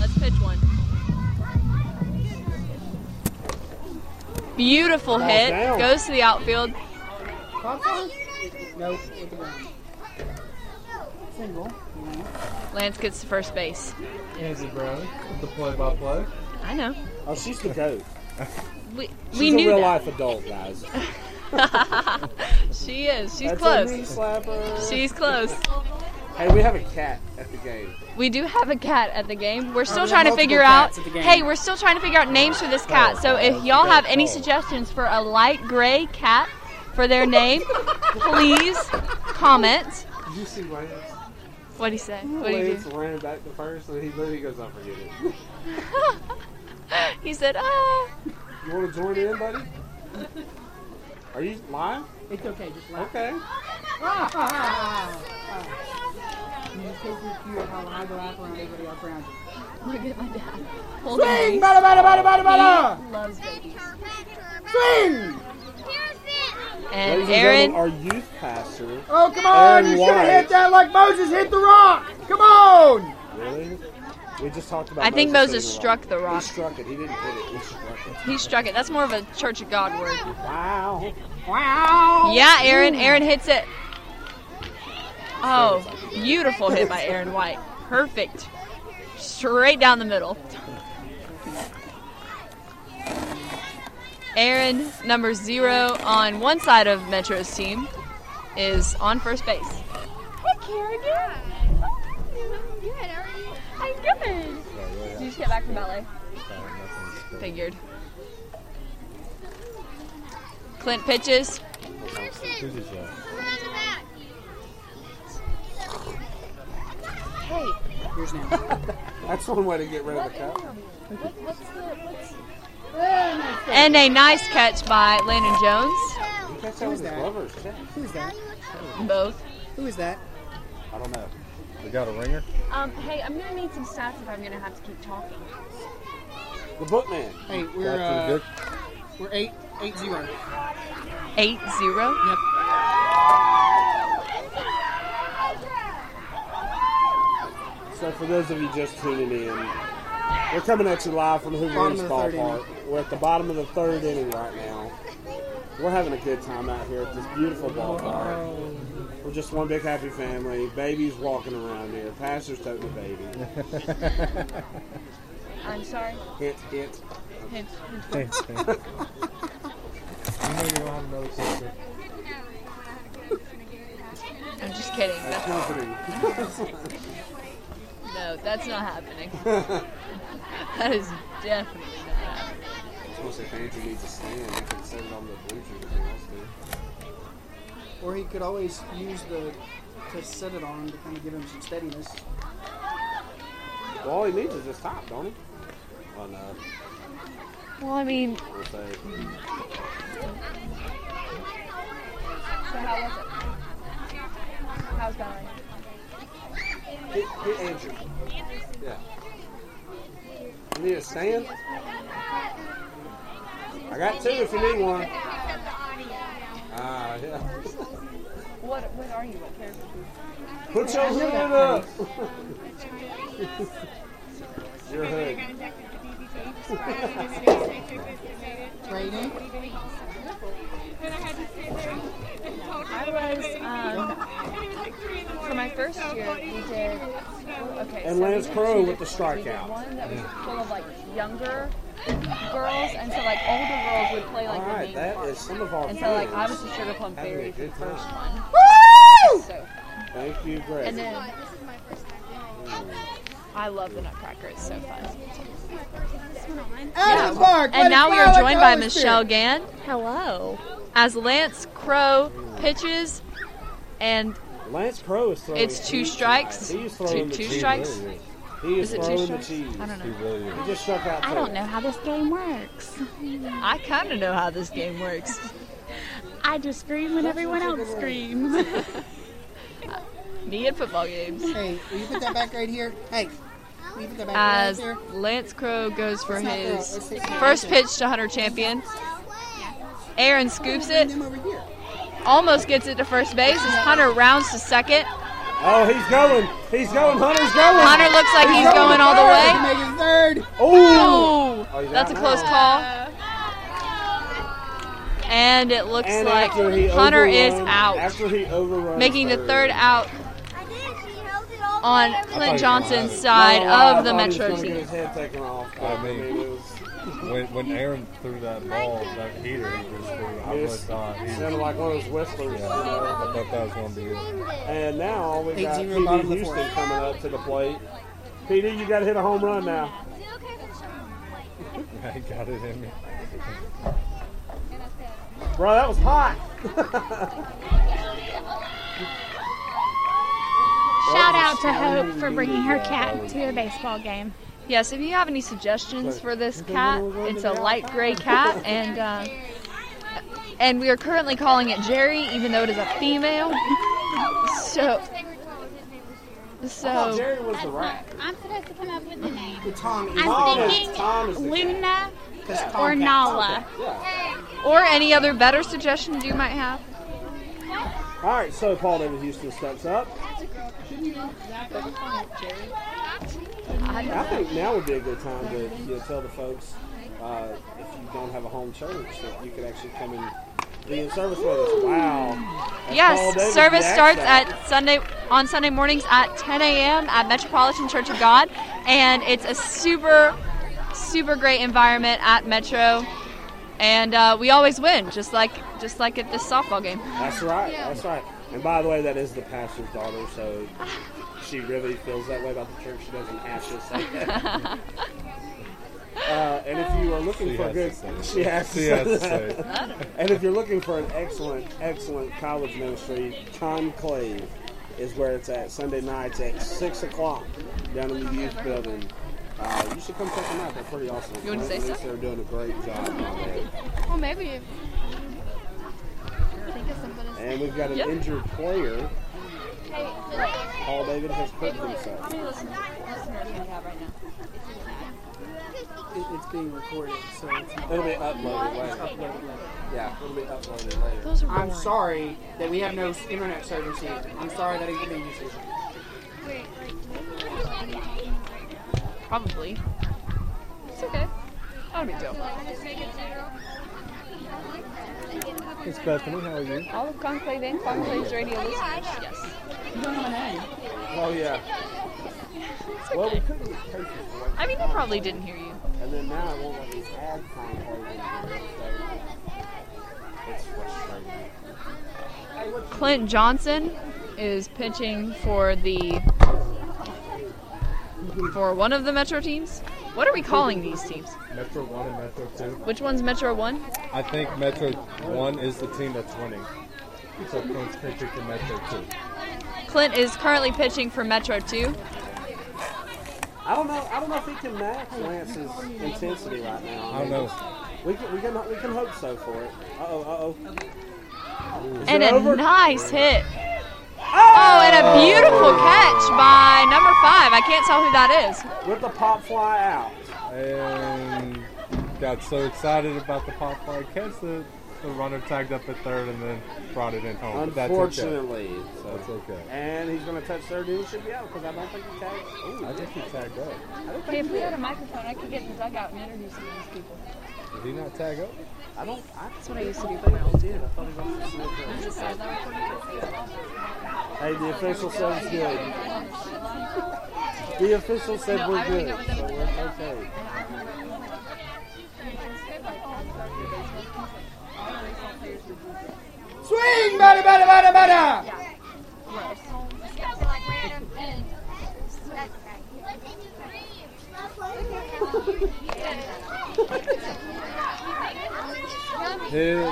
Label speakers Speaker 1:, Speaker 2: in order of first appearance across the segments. Speaker 1: Let's pitch one. Beautiful hit.
Speaker 2: down.
Speaker 1: Goes to the outfield.
Speaker 2: Nope. with the ground. Single.
Speaker 1: Lance gets to first base.
Speaker 3: Angie Brown, the play-by-play.
Speaker 1: I know.
Speaker 2: Oh, she's the goat.
Speaker 1: We,
Speaker 2: She's
Speaker 1: we
Speaker 2: a
Speaker 1: knew
Speaker 2: real
Speaker 1: that.
Speaker 2: life adult, guys.
Speaker 1: She is. She's
Speaker 2: That's
Speaker 1: close.
Speaker 2: A knee slapper.
Speaker 1: She's close.
Speaker 2: Hey, we have a cat at the game.
Speaker 1: We do have a cat at the game. We're still
Speaker 2: Oh, we have
Speaker 1: trying to
Speaker 2: multiple
Speaker 1: figure out.
Speaker 2: cats at the game.
Speaker 1: Hey, we're still trying to figure out names for this cat. So if y'all have any suggestions for a light gray cat for their name, please comment.
Speaker 3: Did you see Lance?
Speaker 1: What do you say? What do you
Speaker 3: Lance
Speaker 1: do?
Speaker 3: ran back to first, and he literally goes, "I forget it."
Speaker 1: He said, "Ah."
Speaker 3: You want to join in, buddy? Are you live?
Speaker 2: It's okay, just laugh.
Speaker 3: Okay.
Speaker 2: You just think you're cute how I go laugh around everybody else around you.
Speaker 1: Look at my dad.
Speaker 2: Swing! Bada, bada, bada, bada, bada!
Speaker 1: Loves babies.
Speaker 2: Swing!
Speaker 1: And
Speaker 3: Ladies
Speaker 1: Aaron,
Speaker 3: and gentlemen, our youth pastor.
Speaker 2: Oh, come on!
Speaker 3: And
Speaker 2: You should have
Speaker 3: wide.
Speaker 2: hit that like Moses hit the rock! Come on!
Speaker 3: Really? We just talked about.
Speaker 1: I think Moses
Speaker 3: hitting
Speaker 1: struck the rock.
Speaker 3: He struck it. He didn't hit it. He struck it.
Speaker 1: He struck it. That's more of a Church of God word.
Speaker 3: Wow.
Speaker 2: Wow!
Speaker 1: Oh, Yeah, Aaron. Aaron hits it. Oh, beautiful hit by Aaron White. Perfect. Straight down the middle. Aaron, number zero on one side of Metro's team, is on first base.
Speaker 4: Hey, Kerrigan. I'm good. How are you? I'm good.
Speaker 1: Did you just get back from ballet? Figured. Clint pitches.
Speaker 4: Pearson,
Speaker 3: Who's that?
Speaker 4: come around the back.
Speaker 1: Hey,
Speaker 2: Here's now.
Speaker 3: That's one way to get rid of the cup.
Speaker 1: and a nice catch by Landon Jones.
Speaker 3: He catch that with his
Speaker 2: that?
Speaker 3: lover's chest.
Speaker 2: Who's that?
Speaker 1: Both.
Speaker 2: Who is that?
Speaker 3: I don't know. We got a ringer.
Speaker 1: Um, hey, I'm gonna need some stats if I'm gonna have to keep talking.
Speaker 3: The bookman.
Speaker 2: Hey, we're uh, we're eight eight zero.
Speaker 1: Eight zero.
Speaker 2: Yep.
Speaker 3: So for those of you just tuning in, we're coming at you live from Hoover
Speaker 2: Bottom
Speaker 3: Ranch
Speaker 2: of the third
Speaker 3: Ballpark. We're at the bottom of the third inning right now. We're having a good time out here at this beautiful ballpark. We're just one big happy family. Babies walking around here. Pastor's toting a baby.
Speaker 1: I'm sorry.
Speaker 3: Hint, hint.
Speaker 1: Hint, hint. I'm just kidding.
Speaker 3: That's comforting.
Speaker 1: No, that's not happening. that is definitely not happening.
Speaker 3: I was gonna say Fancy needs a stand. You can set it on the Bluetooth if you want to.
Speaker 2: Or he could always use the to set it on to kind of give him some steadiness.
Speaker 3: Well, all he needs is his top, don't he? Oh no.
Speaker 1: Well, I mean,
Speaker 3: We'll say.
Speaker 1: so how was it? How's going?
Speaker 3: Hit, hit Andrew. Yeah. You need a stand? I got two if you need one. Ah, yeah.
Speaker 1: What What are you? What character?
Speaker 3: Put your hood up. your hood.
Speaker 2: Training.
Speaker 1: I was um, for my first year. We did okay.
Speaker 3: And
Speaker 1: so
Speaker 3: Lance
Speaker 1: we did
Speaker 3: Crowe
Speaker 1: two
Speaker 3: with the
Speaker 1: different- we did
Speaker 3: strikeout.
Speaker 1: One that was full of like younger girls, and so like older girls would play like
Speaker 3: All right,
Speaker 1: the main
Speaker 3: that
Speaker 1: part.
Speaker 3: is some of our
Speaker 1: And so like I was
Speaker 3: friends
Speaker 1: the sugar plum
Speaker 3: having a
Speaker 1: fairy for the
Speaker 3: good
Speaker 1: first
Speaker 3: time.
Speaker 1: one. So
Speaker 3: Thank you, Grace.
Speaker 1: and then
Speaker 4: This is my first time doing it.
Speaker 1: I love the Nutcracker. It's so fun.
Speaker 4: This is my first time. This one on.
Speaker 1: Yeah. and now we are joined by Michelle Gann. Hello. As Lance Crow pitches, and
Speaker 3: Lance Crow is throwing.
Speaker 1: It's two
Speaker 3: cheese
Speaker 1: strikes?
Speaker 3: tonight. He is throwing
Speaker 1: Two-
Speaker 3: the
Speaker 1: two
Speaker 3: cheese.
Speaker 1: strikes?
Speaker 3: He is,
Speaker 1: is it
Speaker 3: throwing
Speaker 1: two
Speaker 3: the
Speaker 1: strikes?
Speaker 3: cheese.
Speaker 1: I don't know.
Speaker 3: He just struck out.
Speaker 5: I don't know how this game works.
Speaker 1: I kind of know how this game works.
Speaker 5: I just scream when everyone else screams.
Speaker 1: Me and football games.
Speaker 2: Hey, will you put that back right here? Hey, will you put that back
Speaker 1: As
Speaker 2: right there?
Speaker 1: Lance Crow goes for
Speaker 2: It's not there. It's
Speaker 1: his
Speaker 2: sitting right
Speaker 1: first
Speaker 2: there.
Speaker 1: pitch to Hunter Champion. Aaron scoops it,
Speaker 2: Them over here.
Speaker 1: almost gets it to first base as Hunter rounds to second.
Speaker 3: Oh, he's going. He's going. Hunter's going.
Speaker 1: Hunter looks like he's going all the
Speaker 2: Third,
Speaker 1: way.
Speaker 2: Make it third.
Speaker 3: Oh.
Speaker 1: Oh,
Speaker 3: Oh, he's
Speaker 1: that's a
Speaker 3: out
Speaker 1: close
Speaker 3: now.
Speaker 1: call. And it looks
Speaker 3: And
Speaker 1: like
Speaker 3: after he
Speaker 1: Hunter is
Speaker 3: overrun-
Speaker 1: out,
Speaker 3: After he overruns,
Speaker 1: making the third out
Speaker 4: I did. She held it all
Speaker 1: on
Speaker 4: the way over
Speaker 1: Clint
Speaker 4: there.
Speaker 1: Johnson's
Speaker 3: No,
Speaker 1: side
Speaker 3: I
Speaker 1: of the
Speaker 3: thought he was
Speaker 1: Metro
Speaker 3: gonna get
Speaker 1: team.
Speaker 3: His head taken off. but,
Speaker 6: I
Speaker 3: I mean,
Speaker 6: mean-
Speaker 3: it was
Speaker 6: When, when Aaron threw that ball, that heater, he was through. I
Speaker 3: Yes.
Speaker 6: was not.
Speaker 3: it
Speaker 6: He,
Speaker 3: sounded like one of those whistlers. you know.
Speaker 6: I thought that was going to be it.
Speaker 3: And now we got
Speaker 2: Eight-zero,
Speaker 3: PD
Speaker 2: bottom of the
Speaker 3: Houston
Speaker 2: fourth.
Speaker 3: coming up to the plate. PD, you got to hit a home run now.
Speaker 4: Is it okay for the show?
Speaker 6: I got it in me.
Speaker 3: Bro, that was hot.
Speaker 5: Shout out to Hope for bringing her cat to a baseball game.
Speaker 1: Yes, if you have any suggestions for this cat, it's a light gray cat, and uh, and we are currently calling it Jerry, even though it is a female. So,
Speaker 3: Oh,
Speaker 1: so
Speaker 3: Jerry was the rat.
Speaker 5: I'm supposed to come up with a name.
Speaker 2: The Tom is
Speaker 3: Tom
Speaker 5: I'm
Speaker 3: is-
Speaker 5: thinking
Speaker 3: Tom is the cat.
Speaker 5: Luna
Speaker 2: that's Tom
Speaker 5: or
Speaker 2: Cat.
Speaker 5: Nala.
Speaker 3: Yeah.
Speaker 1: or any other better suggestions you might have.
Speaker 3: All right, so Paul David Houston steps up. I think now would be a good time to you know, tell the folks uh, if you don't have a home church that you could actually come and be in service with us. Wow. That's Paul
Speaker 1: Yes,
Speaker 3: Davis
Speaker 1: service
Speaker 3: Jack
Speaker 1: starts
Speaker 3: Jack.
Speaker 1: at Sunday on Sunday mornings at 10 a.m. at Metropolitan Church of God, and it's a super, super great environment at Metro, and uh, we always win, just like just like at this softball game.
Speaker 3: That's right. That's right. And by the way, that is the pastor's daughter, so she really feels that way about the church. She doesn't have to say that. Uh, and if you are looking
Speaker 6: She
Speaker 3: for a good,
Speaker 6: has to say
Speaker 3: she has to
Speaker 6: See,
Speaker 3: say
Speaker 6: I
Speaker 3: that.
Speaker 6: say,
Speaker 3: And if you're looking for an excellent, excellent college ministry, Conclave is where it's at. Sunday nights at 6 o'clock down in the youth building. Uh, you should come check them out. They're pretty awesome.
Speaker 1: You wanna say
Speaker 3: Clint and
Speaker 1: something?
Speaker 3: Lisa are doing a great job down there.
Speaker 4: Well, maybe. if- Think of something. to say.
Speaker 3: And we've got an
Speaker 1: Yep.
Speaker 3: injured player.
Speaker 4: Hey,
Speaker 3: Paul David has hurt himself.
Speaker 2: It, it's being recorded, so it's not
Speaker 3: It'll be uploaded later.
Speaker 2: uploaded. later.
Speaker 3: Yeah, it'll be uploaded later.
Speaker 1: Those are
Speaker 2: I'm sorry that we have no s- internet service here. I'm sorry that ain't the news issue.
Speaker 1: probably. It's okay. Not a big deal.
Speaker 6: It's Bethany. How are you?
Speaker 1: All of Conclave and Conclave's radio listeners. Yes.
Speaker 3: Oh yeah. Well, we couldn't take this one,
Speaker 1: I mean, they probably didn't hear you.
Speaker 3: and then now I won't let me add conclave. in here, so It's frustrating.
Speaker 1: Clint Johnson is pitching for the for one of the Metro teams. What are we calling these teams?
Speaker 6: Metro 1 and Metro 2.
Speaker 1: Which one's Metro One?
Speaker 6: I think Metro 1 is the team that's winning. So Clint's pitching for Metro 2.
Speaker 1: Clint is currently pitching for Metro Two.
Speaker 3: I don't know. I don't know if he can match Lance's intensity right now.
Speaker 6: I don't know.
Speaker 3: We can, we can we can hope so for it. Uh oh. Uh oh.
Speaker 1: And
Speaker 3: it
Speaker 1: a
Speaker 3: over?
Speaker 1: nice hit. Oh, and a beautiful catch by number five. I can't tell who that is.
Speaker 3: With the pop fly out.
Speaker 6: and got so excited about the pop fly catch that the runner tagged up at third and then brought it in home. But
Speaker 3: Unfortunately.
Speaker 6: That's okay. That's okay.
Speaker 3: And he's going to touch third and he should be out because I don't think he tagged. Ooh,
Speaker 6: I think he tagged up.
Speaker 3: I don't
Speaker 1: Hey,
Speaker 3: think
Speaker 1: if
Speaker 3: he
Speaker 1: we had a
Speaker 3: did.
Speaker 1: microphone, I could get in the dugout and interview some of these people.
Speaker 6: Did he not tag up?
Speaker 3: I don't. I That's
Speaker 1: what I used to do for my
Speaker 3: think he did. I thought he was on the snake. Hey, the official says it's good. The official said
Speaker 1: No,
Speaker 3: we're
Speaker 1: I don't
Speaker 3: good.
Speaker 1: think that was
Speaker 3: so we're okay.
Speaker 2: bada, bada, bada, bada.
Speaker 6: Hit it.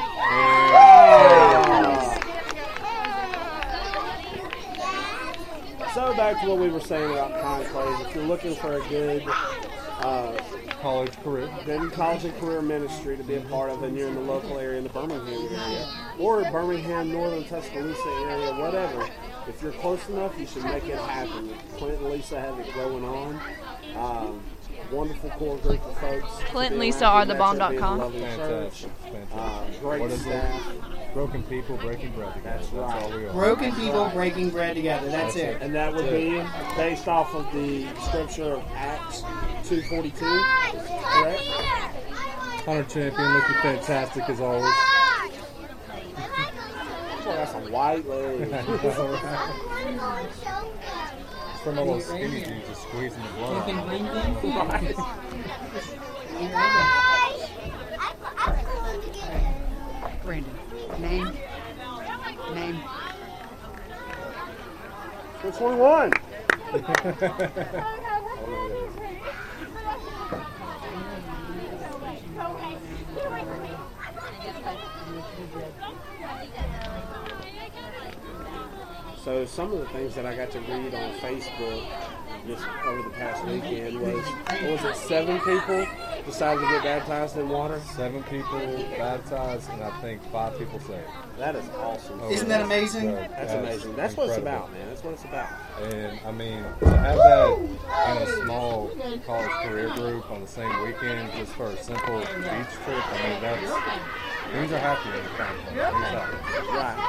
Speaker 3: So back to what we were saying about conclaves. If you're looking for a good, uh,
Speaker 6: College career.
Speaker 3: good college and career ministry to be a part of, and you're in the local area, in the Birmingham area, or Birmingham, Northern Tuscaloosa area, whatever, if you're close enough, you should make it happen. Clint and Lisa have it going on. Um, wonderful core group of folks.
Speaker 1: Clint and Lisa are thebomb.com.
Speaker 6: Fantastic.
Speaker 3: Uh,
Speaker 6: Fantastic.
Speaker 3: great
Speaker 6: What is
Speaker 3: staff.
Speaker 6: it? Broken people breaking bread together.
Speaker 3: That's
Speaker 6: That's,
Speaker 3: right.
Speaker 6: all we are.
Speaker 2: Broken people breaking bread together. That's it.
Speaker 3: And that would be based off of the scripture of Acts 2.42, correct?
Speaker 6: Hunter champion looking fantastic as always.
Speaker 3: Boy, that's a white leg.
Speaker 6: From all those skinny jeans just squeezing the blood out. of it.
Speaker 7: Brandon. Name. Name.
Speaker 3: Which one won? So some of the things that I got to read on Facebook just over the past weekend was, what was it, seven people decided to get baptized in water?
Speaker 6: Seven people baptized and I think five people saved.
Speaker 3: That is awesome.
Speaker 6: Oh,
Speaker 2: Isn't that
Speaker 6: that's-
Speaker 2: amazing?
Speaker 6: so
Speaker 3: That's amazing. That's what it's
Speaker 6: incredible.
Speaker 3: about, man. That's what it's about.
Speaker 6: And I mean, to have that in a small college career group on the same weekend just for a simple beach trip, I mean, that's things are happening. in the family. Things happen.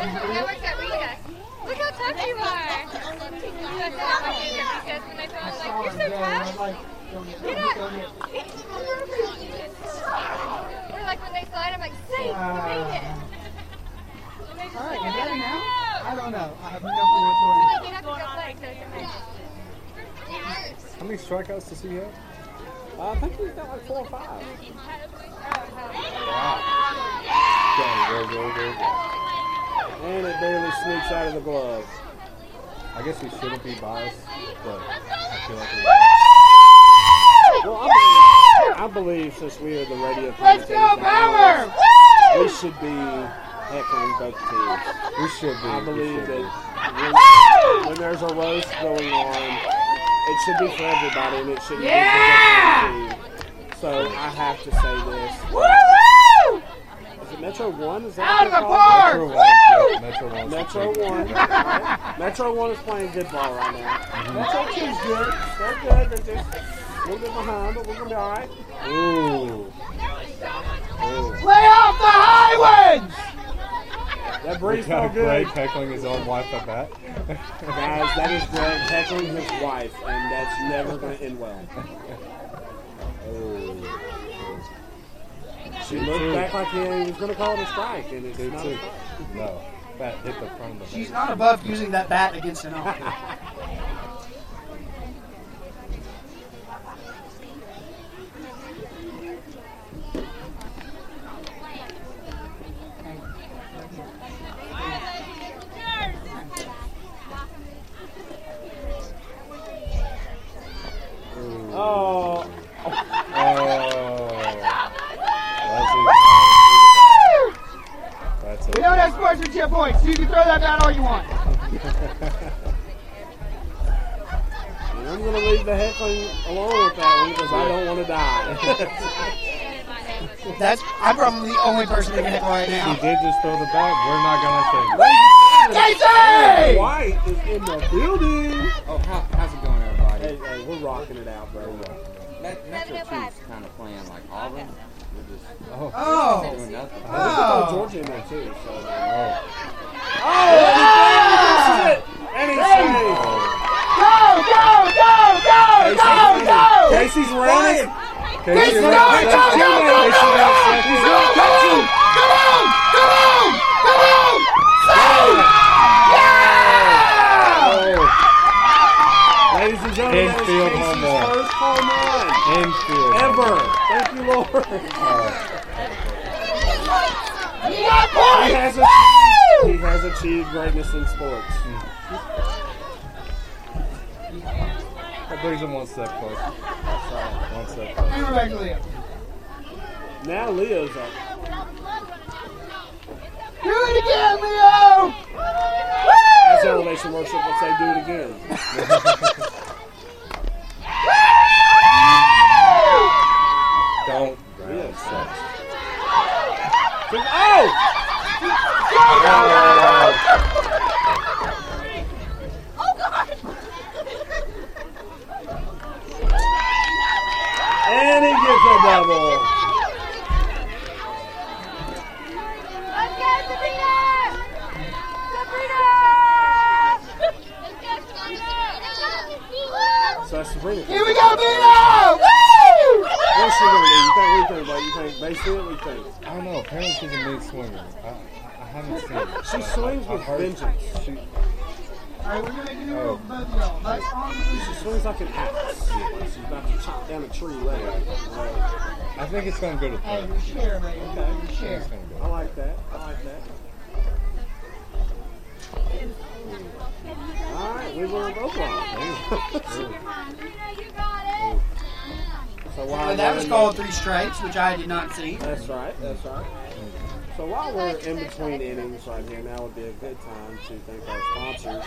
Speaker 3: Right.
Speaker 4: Look how tough you are. That's how I did it because when I found like you're so tough. You're not. They're like when they slide, I'm like, save, save it. And they just like,
Speaker 2: I don't know. I have no clue what's
Speaker 4: You have to go play. so it's okay.
Speaker 6: How many strikeouts does he have?
Speaker 3: Uh, I think he's got like four or five.
Speaker 6: Go, go, go, go, go.
Speaker 3: And it barely sneaks out of the glove.
Speaker 6: I guess we shouldn't be biased, but I feel like we are.
Speaker 3: Well, I believe, I believe since we are the radio Let's go, power! We should be heckling both teams.
Speaker 6: We should be.
Speaker 3: I
Speaker 6: we
Speaker 3: believe
Speaker 6: should be.
Speaker 3: that when, when there's a roast going on, it should be for everybody and it should yeah! be for both teams. So I have to say this. Is it Metro 1? Is that Out of the park!
Speaker 6: Metro wants- Metro wants to
Speaker 3: Metro
Speaker 6: take it.
Speaker 3: 1. right? Metro 1 is playing good ball right now. Metro 2 is good. They're good. They're just a little bit behind, but we're going to be all right.
Speaker 6: Ooh.
Speaker 3: That
Speaker 6: We
Speaker 3: breeze
Speaker 6: got a
Speaker 3: felt good.
Speaker 6: great heckling his own wife at that.
Speaker 3: Guys, that is Greg heckling his wife, and that's never going to end well. She looked back like he was going to call it a strike, and it's
Speaker 6: Two,
Speaker 3: not a
Speaker 6: two.
Speaker 3: strike.
Speaker 6: No. That hit the front of
Speaker 2: going
Speaker 6: the
Speaker 2: on. She's not above using that bat against an outfield.
Speaker 3: Oh,
Speaker 6: Oh. That's it. That's it.
Speaker 2: that's sportsmanship points. You can throw that bat all you want.
Speaker 3: and I'm going to leave the heckling alone with that one because I don't want to die.
Speaker 2: That's I'm probably the only person that can hit right
Speaker 6: He
Speaker 2: now.
Speaker 6: did just throw the bat. We're not going to take it.
Speaker 2: Casey!
Speaker 3: White is in the building.
Speaker 8: Oh, how, how's it going, everybody?
Speaker 3: Hey, hey, we're rocking it out, bro.
Speaker 8: Met- Metro Chiefs kind of playing like Auburn. We're just
Speaker 2: Oh,
Speaker 8: doing nothing.
Speaker 3: Oh,
Speaker 2: oh.
Speaker 3: Georgia in there too. So.
Speaker 6: Oh.
Speaker 3: And he's safe.
Speaker 8: Oh.
Speaker 3: Casey's running.
Speaker 6: Casey, you're not touching it. Casey, you're not touching it.
Speaker 3: Ladies and gentlemen, that is Casey's
Speaker 6: Infield home run.
Speaker 3: first home run
Speaker 6: Infield.
Speaker 3: ever. Thank you, Lord. He has, a, he has achieved greatness in sports.
Speaker 6: That brings him one step closer. That's all. One step closer.
Speaker 2: Hang on back, Leah.
Speaker 3: Now Leo's up.
Speaker 2: Do it again, Leo!
Speaker 3: That's elevation worship. Let's say do it again.
Speaker 6: Don't.
Speaker 3: Leo
Speaker 6: Yes.
Speaker 3: sucks. Oh! And he gets a double.
Speaker 4: Let's go, Sabrina! Sabrina! Let's go, Sabrina!
Speaker 3: So that's Sabrina.
Speaker 2: Here we go, Vito! Woo!
Speaker 3: What's she gonna do? You think we think about? You think basically what we think?
Speaker 6: I don't know. Apparently she's a big swinger. I, I haven't seen it.
Speaker 3: She
Speaker 6: but
Speaker 3: swings
Speaker 6: I- I've
Speaker 3: with
Speaker 6: heard
Speaker 3: vengeance.
Speaker 6: She,
Speaker 2: Alright, we're gonna make a new rule for both of y'all. That's on the
Speaker 3: She swings like an axe. Like she's about to chop down a tree later. Right.
Speaker 6: I think it's going to go to
Speaker 2: Hey,
Speaker 6: third.
Speaker 2: your share, baby. Your share.
Speaker 6: It's going to
Speaker 3: I
Speaker 6: go.
Speaker 3: like that. I like that. All right, we were both wrong.
Speaker 4: Sabrina, you got it!
Speaker 3: So while
Speaker 2: Well, that was
Speaker 3: we're-
Speaker 2: called three strikes, which I did not see.
Speaker 3: That's right. That's right. So while we're in between innings right here, now would be a good time to thank our sponsors. Oh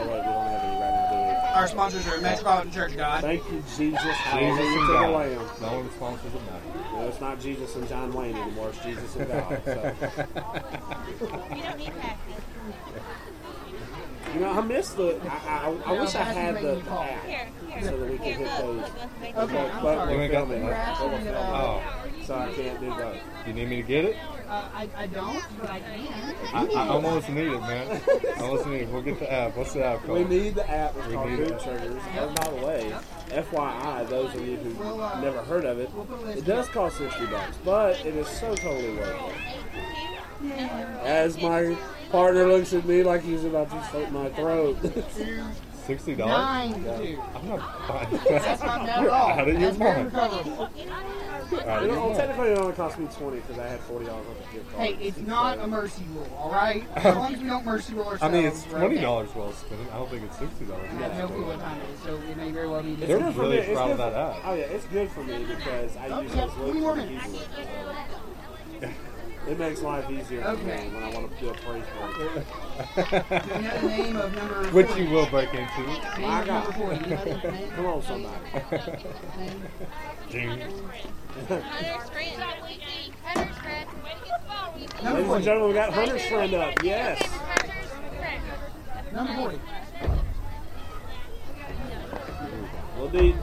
Speaker 3: wait, we don't have any right now,
Speaker 2: Our sponsors are Metropolitan Church of
Speaker 3: do we?
Speaker 2: God.
Speaker 3: Thank you, Jesus.
Speaker 6: Jesus
Speaker 3: Hallelujah
Speaker 6: and
Speaker 3: to the
Speaker 6: God.
Speaker 3: Lamb.
Speaker 6: The only responses that matter.
Speaker 3: No, it's not Jesus and John Wayne anymore. It's Jesus and God. So. You know, I miss the. I, I, I wish I had the, the app
Speaker 4: Here, here.
Speaker 3: so that we could hit those.
Speaker 2: Okay,
Speaker 3: But,
Speaker 2: I'm
Speaker 3: but
Speaker 6: You
Speaker 3: we're
Speaker 6: ain't got
Speaker 3: filming.
Speaker 6: that.
Speaker 3: We're filming,
Speaker 6: Oh,
Speaker 3: so I can't do both.
Speaker 6: you need me to get it?
Speaker 2: Uh, I, I don't, but I can.
Speaker 6: I, I almost need it, man. I almost need it. We'll get the app. What's the app
Speaker 3: We
Speaker 6: called?
Speaker 3: need the app. It's
Speaker 6: We
Speaker 3: called
Speaker 6: need
Speaker 3: Boot
Speaker 6: it.
Speaker 3: Triggers. And by the way, FYI, those of you who
Speaker 2: We'll, uh,
Speaker 3: never heard of it, it does cost sixty bucks, but it is so totally worth it. As my partner looks at me like he's about to slit my throat.
Speaker 6: Sixty dollars.
Speaker 2: Dude,
Speaker 6: I'm not buying that.
Speaker 2: not
Speaker 6: You're out of your mind.
Speaker 2: recoverable.
Speaker 6: Out
Speaker 3: You know,
Speaker 6: of
Speaker 3: well,
Speaker 6: your mind.
Speaker 3: technically, it only cost me twenty because I had forty dollars worth of gift cards.
Speaker 2: Hey, it's not a mercy rule, all right? As long as we don't mercy rule
Speaker 6: I
Speaker 2: ourselves.
Speaker 6: mean, it's
Speaker 2: we're
Speaker 6: twenty
Speaker 2: okay.
Speaker 6: dollars well spent. I don't think it's sixty dollars.
Speaker 2: I have no clue what time it is, so we may very well be
Speaker 6: They're
Speaker 2: different.
Speaker 3: good for
Speaker 6: really
Speaker 3: me. It's
Speaker 6: proud of
Speaker 3: good
Speaker 6: that
Speaker 3: for-
Speaker 6: app.
Speaker 3: Oh yeah, it's good for me because I use
Speaker 2: yeah,
Speaker 3: those
Speaker 2: give me more
Speaker 3: links
Speaker 2: minutes.
Speaker 3: easily. It makes life easier for
Speaker 2: Okay.
Speaker 3: me when I want to do a praise break.
Speaker 2: Do you know the name of number
Speaker 6: Which
Speaker 2: 40?
Speaker 6: you will break into.
Speaker 2: Name of number
Speaker 3: God.
Speaker 2: 40. Do you know the name?
Speaker 3: Come on, somebody.
Speaker 4: Hunter's friend. Hunter's friend. Way to get the ball, Weezy.
Speaker 2: Number
Speaker 3: Ladies and
Speaker 2: 40.
Speaker 3: gentlemen, we got Hunter's friend up. Yes.
Speaker 4: Hunter's friend.
Speaker 2: Number 40.
Speaker 3: Well, dude.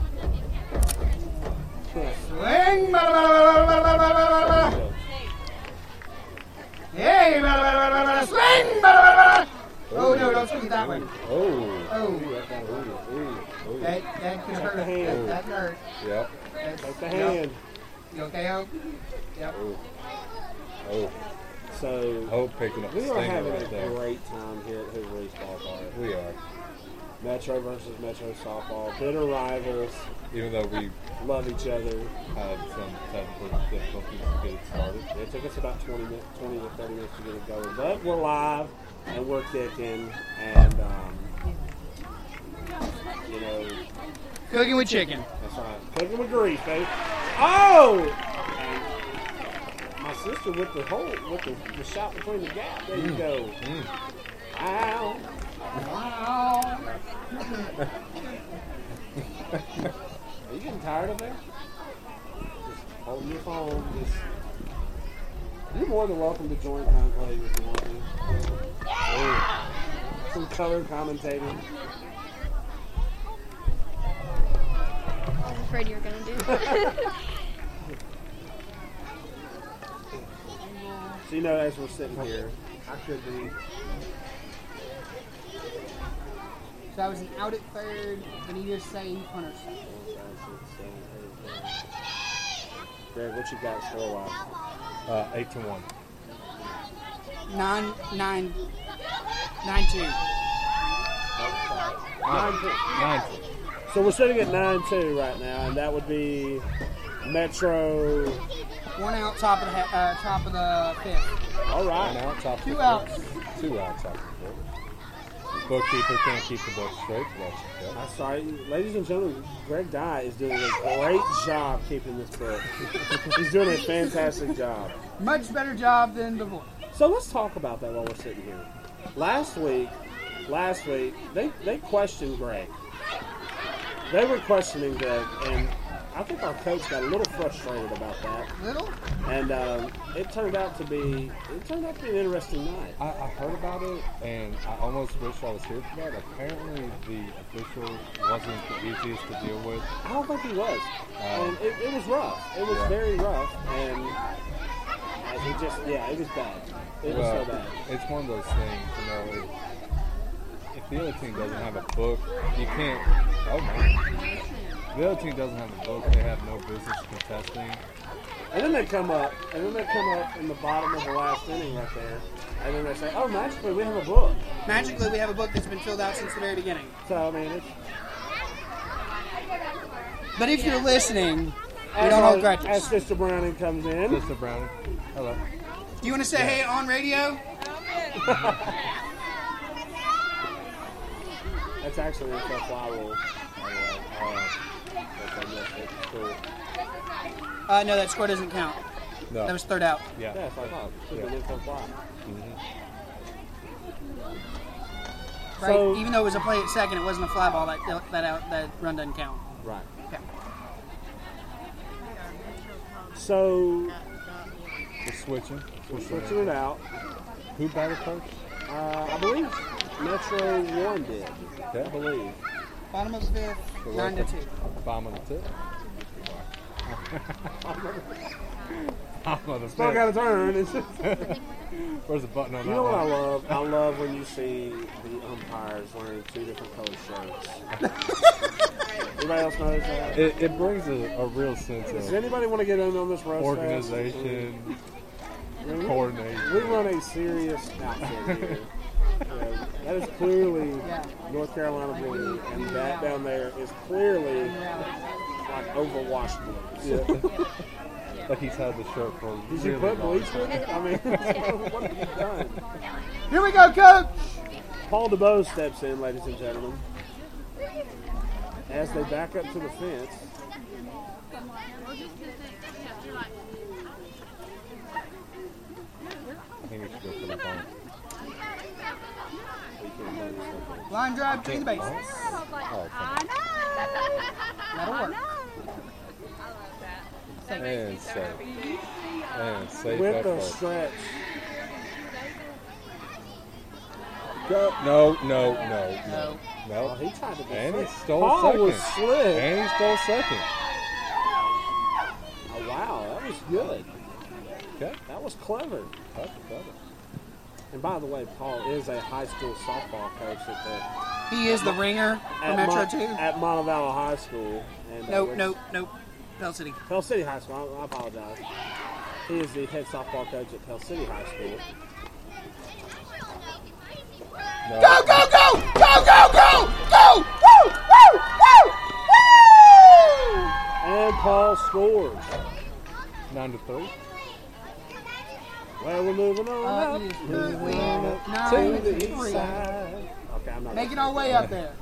Speaker 2: Swing. Bada, bada, bada, bada, bada, bada, bada, bada, bada. Hey, bada, bada, bada, bada, bada. Swing. Bada, bada, bada. Oh, no, don't swing it that way.
Speaker 6: Oh.
Speaker 2: Oh, that, that could hurt. That, that hurt.
Speaker 6: Yep.
Speaker 2: That's,
Speaker 3: Take the
Speaker 2: yep.
Speaker 3: hand.
Speaker 2: You okay, Oak? Yep.
Speaker 6: Oh.
Speaker 3: So,
Speaker 6: Oh, picking up the
Speaker 3: we are
Speaker 6: stinger
Speaker 3: having
Speaker 6: right
Speaker 3: a
Speaker 6: there.
Speaker 3: great time here at Hoover's Ballpark.
Speaker 6: We are.
Speaker 3: Metro versus Metro softball. Bitter rivals.
Speaker 6: Even though we
Speaker 3: Love each other.
Speaker 6: had some technical difficulties to get it started.
Speaker 3: It took us about 20, minutes, 20 to 30 minutes to get it going. But we're live and we're kicking. And, um, you know,
Speaker 2: Cooking with chicken.
Speaker 3: that's right. Cooking with grief, baby. Oh! My sister with the hole, with the, the shot between the gap. There you go. Ow.
Speaker 2: Wow.
Speaker 3: Are you getting tired of it? Just holding your phone. Just. You're more than welcome to join Conclave if you want to. Ooh. Some color commentating.
Speaker 1: I was afraid you were gonna do.
Speaker 3: So you know, as we're sitting here, I could be.
Speaker 2: So I was an out at third. Benito saying Hunter.
Speaker 3: Greg, what you got score wise?
Speaker 6: Uh, eight to one.
Speaker 2: Nine, nine, nine, two.
Speaker 3: Nine two.
Speaker 6: Nine to.
Speaker 3: So we're sitting at nine two right now, and that would be Metro
Speaker 2: One out top of the ha- uh, top of the fifth.
Speaker 3: All
Speaker 6: One
Speaker 3: right.
Speaker 6: out, top of
Speaker 2: Two
Speaker 6: the
Speaker 2: outs.
Speaker 6: book. Two outs, top of the book. The bookkeeper can't keep the book straight. That's okay.
Speaker 3: I'm sorry, ladies and gentlemen. Greg Dye is doing a great job keeping this book. He's doing a fantastic job.
Speaker 2: Much better job than before.
Speaker 3: So let's talk about that while we're sitting here. Last week, last week they they questioned Greg. They were questioning Greg, and I think our coach got a little frustrated about that.
Speaker 2: Little?
Speaker 3: And um, it turned out to be it turned out to be an interesting night.
Speaker 6: I, I heard about it and I almost wish I was here for that. Apparently, the official wasn't the easiest to deal with.
Speaker 3: I don't think he was. And it, it was rough. It was
Speaker 6: Yeah.
Speaker 3: very rough, and uh, it just yeah, it was bad. It was so bad.
Speaker 6: it's one of those things, you know. If, if the other team doesn't have a book, you can't. Oh my! The other team doesn't have a book. They have no business contesting.
Speaker 3: And then they come up, and then they come up in the bottom of the last inning right there, and then they say, "Oh, magically we have a book."
Speaker 2: Magically, we have a book that's been filled out since the very beginning.
Speaker 3: So I mean, it's,
Speaker 2: But if you're listening, we
Speaker 3: as
Speaker 2: don't
Speaker 3: our-
Speaker 2: hold
Speaker 3: As
Speaker 2: grudges.
Speaker 3: Sister Browning comes in,
Speaker 6: Mr. Browning, hello.
Speaker 2: You want to say hey on radio?
Speaker 3: that's actually a tough uh, flower. uh,
Speaker 6: Cool.
Speaker 2: Uh, no, that score doesn't count.
Speaker 6: No.
Speaker 2: That was third out.
Speaker 6: yeah.
Speaker 3: Yeah, it's like oh, should
Speaker 6: Yeah.
Speaker 3: have been tough flower.
Speaker 2: Mm-hmm. Right?
Speaker 3: So-
Speaker 2: Even though it was a play at second, it wasn't a fly ball. That that out that run doesn't count.
Speaker 3: Right.
Speaker 2: Okay.
Speaker 3: So
Speaker 6: We're switching.
Speaker 3: we're
Speaker 6: Switching
Speaker 3: switching it out.
Speaker 6: out. Who batted first?
Speaker 3: Uh, I believe Metro One did.
Speaker 6: Okay.
Speaker 3: I believe.
Speaker 2: Bottom of the fifth, nine to two.
Speaker 6: Bottom of the tip. Bottom of the
Speaker 3: Still got
Speaker 6: tip.
Speaker 3: to turn. It's
Speaker 6: Where's the button on
Speaker 3: You
Speaker 6: that
Speaker 3: know what I
Speaker 6: one?
Speaker 3: love? I love when you see the umpires wearing two different color shirts. anybody else notice that?
Speaker 6: It, it brings a, a real sense
Speaker 3: Does
Speaker 6: of
Speaker 3: anybody want to get in on this roast?
Speaker 6: organization,
Speaker 3: fest? We- We
Speaker 6: coordination.
Speaker 3: run a serious outfit here. Yeah, that is clearly North Carolina blue, and that down there is clearly like overwashed blue.
Speaker 6: But he's had the shirt for
Speaker 3: Did
Speaker 6: really
Speaker 3: you put
Speaker 6: long.
Speaker 3: bleach in it? I mean, what have you done?
Speaker 2: Here we go, coach.
Speaker 3: Paul DeBose steps in, ladies and gentlemen, as they back up to the fence.
Speaker 6: I think we should go for the ball.
Speaker 2: Line drive, gain the bases.
Speaker 6: Oh,
Speaker 2: That'll work.
Speaker 6: okay. And save. And save
Speaker 3: With
Speaker 6: that
Speaker 3: the
Speaker 6: first.
Speaker 3: stretch.
Speaker 6: Go. No, no, no,
Speaker 3: Oh,
Speaker 6: no.
Speaker 3: he
Speaker 6: No.
Speaker 3: tried to be
Speaker 6: And he
Speaker 3: slick.
Speaker 6: stole
Speaker 3: Paul
Speaker 6: second.
Speaker 3: was slick.
Speaker 6: And he stole second.
Speaker 3: Oh, wow, that was good.
Speaker 6: Okay.
Speaker 3: That was clever.
Speaker 6: That's clever.
Speaker 3: And by the way, Paul is a high school softball coach at the
Speaker 2: He is the ringer for
Speaker 3: at,
Speaker 2: Metro
Speaker 3: Mon-
Speaker 2: Two.
Speaker 3: at Montevallo High School. And, uh,
Speaker 2: Nope,
Speaker 3: works-
Speaker 2: nope, nope. Bell City.
Speaker 3: Pell City High School. I, I apologize. He is the head softball coach at Pell City High School.
Speaker 6: No.
Speaker 2: Go, go, go! Go, go, go! Go! Woo! Woo! Woo! Woo!
Speaker 3: And Paul scores.
Speaker 6: Nine to three.
Speaker 3: Well, we're moving on.
Speaker 2: Up is
Speaker 3: up,
Speaker 2: the
Speaker 3: moving
Speaker 2: win.
Speaker 3: on up
Speaker 2: Nine
Speaker 3: to
Speaker 2: to
Speaker 3: the east
Speaker 2: three.
Speaker 3: side. Okay, I'm not.
Speaker 2: Making our way up there.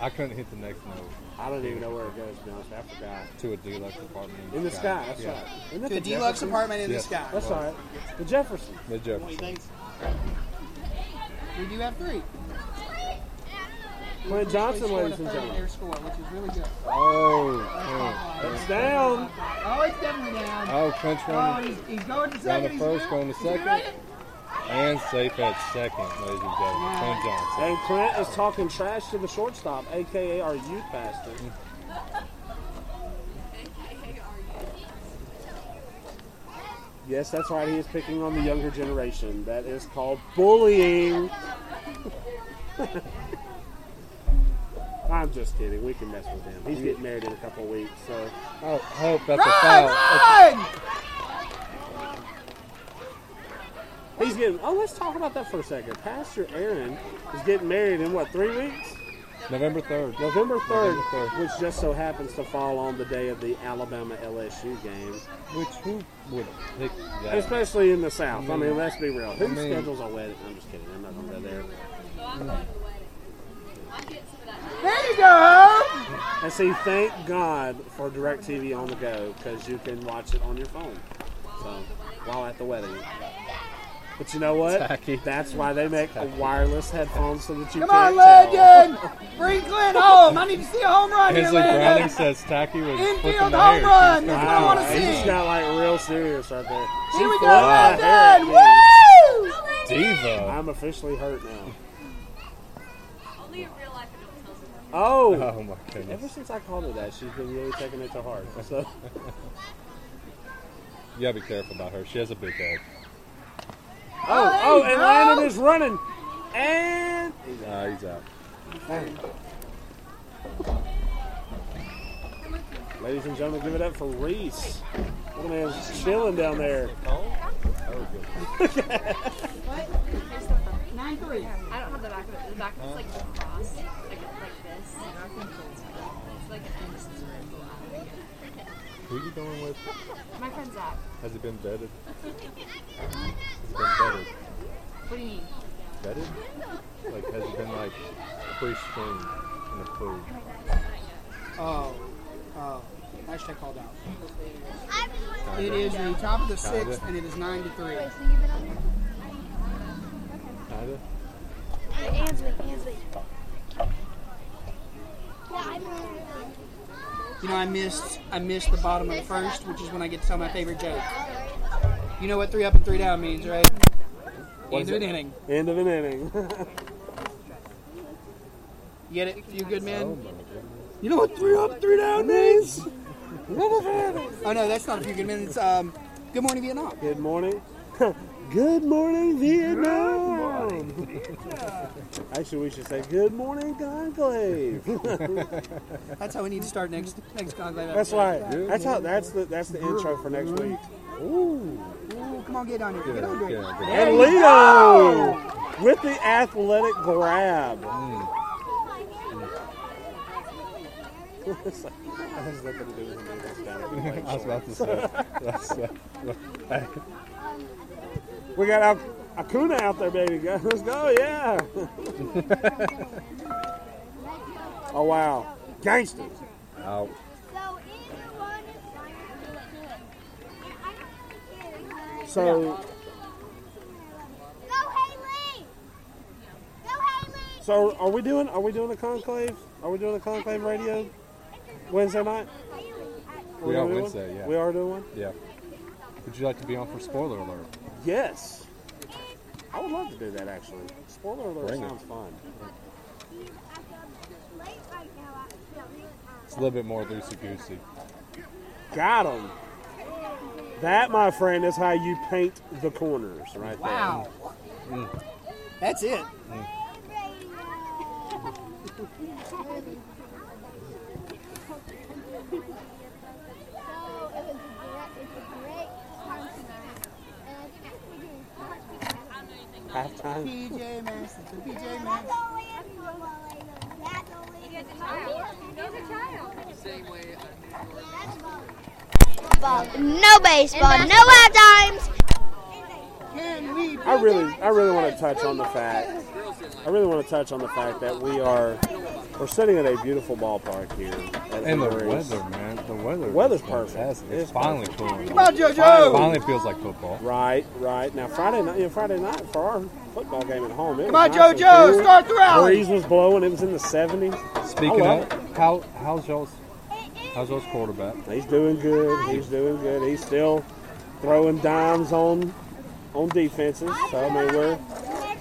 Speaker 6: I couldn't hit the next note
Speaker 3: I don't even know where it goes. To be honest, I forgot.
Speaker 6: to a deluxe apartment
Speaker 3: In the sky. That's
Speaker 6: Yeah.
Speaker 3: right. Isn't that
Speaker 2: To a
Speaker 3: the
Speaker 2: deluxe
Speaker 3: Jeffersons?
Speaker 2: apartment in the
Speaker 6: Yes.
Speaker 2: sky.
Speaker 3: That's all right. The Jefferson.
Speaker 6: The Jefferson.
Speaker 2: We do have three.
Speaker 3: Clint Johnson,
Speaker 2: Scored a
Speaker 3: ladies and
Speaker 2: third
Speaker 3: gentlemen.
Speaker 2: air score, which is really good.
Speaker 6: Oh,
Speaker 3: It's down.
Speaker 2: Oh, it's definitely down.
Speaker 6: oh, oh French
Speaker 2: Oh,
Speaker 6: one
Speaker 2: he's, he's going to
Speaker 6: down
Speaker 2: second.
Speaker 6: the
Speaker 2: he's
Speaker 6: first,
Speaker 2: good.
Speaker 6: going to
Speaker 2: He's good.
Speaker 6: second, and safe at second, ladies and gentlemen. Clint Johnson.
Speaker 3: And Clint is talking trash to the shortstop, aka our youth pastor. Yes, that's right. He is picking on the younger generation. That is called bullying. I'm just kidding. We can mess with him. He's getting married in a couple weeks, so
Speaker 6: Oh, hope that's a
Speaker 2: Run, Ah!
Speaker 6: foul.
Speaker 2: run!
Speaker 3: he's getting. Oh, let's talk about that for a second. Pastor Aaron is getting married in what three weeks?
Speaker 6: November 3rd.
Speaker 3: November 3rd,
Speaker 6: November 3rd.
Speaker 3: which just so happens to fall on the day of the Alabama LSU game,
Speaker 6: Which who would pick that?
Speaker 3: especially in the South. I mean, let's be real. Who
Speaker 6: I mean-
Speaker 3: schedules a wedding? I'm just kidding. I'm not going to go there.
Speaker 2: There you go.
Speaker 3: And see, thank God for DirecTV on the go because you can watch it on your phone. So while at the wedding. But you know what?
Speaker 6: Tacky.
Speaker 3: That's why they make wireless headphones so that you
Speaker 2: Come
Speaker 3: can't
Speaker 2: on,
Speaker 3: tell.
Speaker 2: Legend. Bring Glenn home. I need to see a home run here,
Speaker 6: Hensley Browning
Speaker 2: Legend.
Speaker 6: says Tacky was
Speaker 2: Infield
Speaker 6: flipping the
Speaker 2: home
Speaker 6: hair.
Speaker 2: run.
Speaker 6: She's
Speaker 2: That's
Speaker 6: gonna
Speaker 2: what I
Speaker 6: do
Speaker 2: wanna
Speaker 6: it.
Speaker 3: He just
Speaker 2: see.
Speaker 3: got like real serious right there.
Speaker 2: Here we go,
Speaker 3: Wow.
Speaker 2: Legend.
Speaker 3: Wow.
Speaker 2: Woo!
Speaker 6: Diva.
Speaker 3: I'm officially hurt now.
Speaker 4: Only in real life it tells us.
Speaker 3: Oh.
Speaker 6: Oh my
Speaker 3: Ever
Speaker 6: goodness.
Speaker 3: since I called her that, she's been really taking it to heart. So
Speaker 6: You gotta be careful about her. She has a big head.
Speaker 3: Oh, oh, and Landon is running. And
Speaker 6: Ah, he's out.
Speaker 3: Ladies and gentlemen, give it up for Reese. Little man's chilling down there.
Speaker 4: I don't have the back of it. The back of it's like crossed, like like this. It's like an X.
Speaker 6: Who you going with?
Speaker 4: My friend Zach.
Speaker 6: Has it been vetted? It's been vetted.
Speaker 4: What do you mean?
Speaker 6: Vetted? Like, has it been like pre-screened and approved?
Speaker 2: Oh, oh, hashtag called out. It is the top of the sixth, and it is nine to three.
Speaker 6: Kinda.
Speaker 5: Ansley, Ansley.
Speaker 2: You know, I missed I missed the bottom of the first, which is when I get to tell my favorite joke. You know what three up and three down means, right? End of an inning.
Speaker 3: End of an inning.
Speaker 2: You get it? You good,
Speaker 6: Oh
Speaker 2: man?
Speaker 6: my goodness.
Speaker 3: you know what three up, three down means?
Speaker 2: Oh no, that's not a few good men. It's um, good morning Vietnam.
Speaker 3: Good morning. Good morning, Vietnam. Actually, we should say good morning, Conclave.
Speaker 2: That's how we need to start next next conclave.
Speaker 3: that's
Speaker 2: episode.
Speaker 3: right. That's how. That's the. That's the intro for next week.
Speaker 6: Ooh.
Speaker 2: Ooh, come on, get on here. Get on here.
Speaker 6: Yeah, good.
Speaker 3: And Lito with the athletic grab. It's like, that has nothing to do with him. That's down at the
Speaker 6: I was about to say. That's, uh,
Speaker 3: We got Al- Acuna out there, baby. Go- Let's go, yeah. oh wow, gangster.
Speaker 6: out.
Speaker 3: So, so are we doing? Are we doing a conclave? Are we doing a conclave radio Wednesday night? Are
Speaker 6: We are
Speaker 3: doing one?
Speaker 6: Wednesday, yeah.
Speaker 3: We are doing one.
Speaker 6: Yeah. Would you like to be on for spoiler alert?
Speaker 3: Yes. I would love to do that actually. Spoiler alert
Speaker 6: Bring it.
Speaker 3: sounds fun.
Speaker 6: It's a little bit more loosey goosey.
Speaker 3: Got him. That, my friend, is how you paint the corners, right there.
Speaker 2: Wow. That's it.
Speaker 3: Halftime.
Speaker 2: PJ Masks. it's the PJ Masks.
Speaker 4: No baseball, no out times.
Speaker 2: Can we?
Speaker 3: I really, I really want to touch on the fact. I really want to touch on the fact that we are, we're sitting at a beautiful ballpark here. At
Speaker 6: And the
Speaker 3: Henry's.
Speaker 6: weather, man. The weather. is
Speaker 3: Weather's
Speaker 6: fantastic.
Speaker 3: perfect.
Speaker 6: It's,
Speaker 3: It's
Speaker 6: finally cooling.
Speaker 2: Come on,
Speaker 6: Finally,
Speaker 2: JoJo.
Speaker 6: finally feels like football.
Speaker 3: Right, right. Now Friday night, yeah, Friday night for our football game at home.
Speaker 2: Come on, JoJo. Start the
Speaker 3: The
Speaker 2: rally.
Speaker 3: breeze was blowing. It was in the 70s.
Speaker 6: Speaking
Speaker 3: I
Speaker 6: of,
Speaker 3: love
Speaker 6: how how's y'all's how's y'all's quarterback?
Speaker 3: He's doing good. He's doing good. He's still throwing dimes on on defenses. So I mean, we're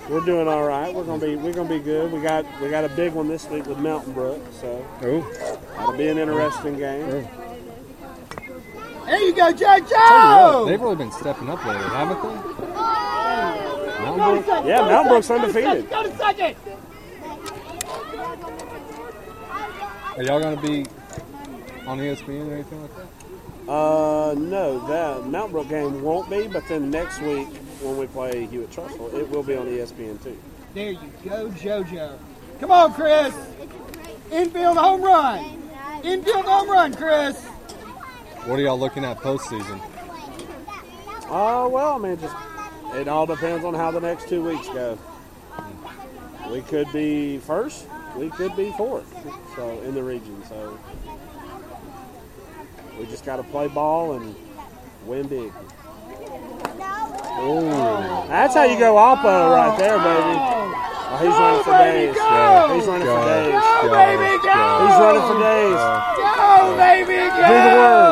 Speaker 3: we're doing all right. We're gonna be we're gonna be good. We got we got a big one this week with Mountain Brook. So
Speaker 6: Oh,
Speaker 3: that'll be an interesting game.
Speaker 2: There you go,
Speaker 6: they've
Speaker 2: JoJo.
Speaker 6: really been stepping up lately, haven't they?
Speaker 2: Go to
Speaker 6: Mountain Brook-
Speaker 2: second,
Speaker 3: Yeah,
Speaker 2: go to
Speaker 3: Mountain Brook's
Speaker 2: second, go to second,
Speaker 3: undefeated.
Speaker 2: Go to second.
Speaker 6: Are y'all gonna be on E ESPN or anything like that?
Speaker 3: Uh, no, that Mountain Brook game won't be. But then next week when we play Hewitt E Trustville, it will be on ESPN too.
Speaker 2: There you go, JoJo. Come on, Chris. Infield home run. Infield home run, Chris.
Speaker 6: What are y'all looking at postseason?
Speaker 3: Oh well, I mean, just it all depends on how the next two weeks go. We could be first, we could be fourth, so in the region. So we just got to play ball and win big. That's how you go Oppo right there, baby. Oh, he's running for days.
Speaker 2: go!
Speaker 3: He's running
Speaker 6: Go,
Speaker 3: for days.
Speaker 6: go,
Speaker 2: baby, go!
Speaker 3: He's running for days.
Speaker 2: Go, baby,
Speaker 3: Do the worm.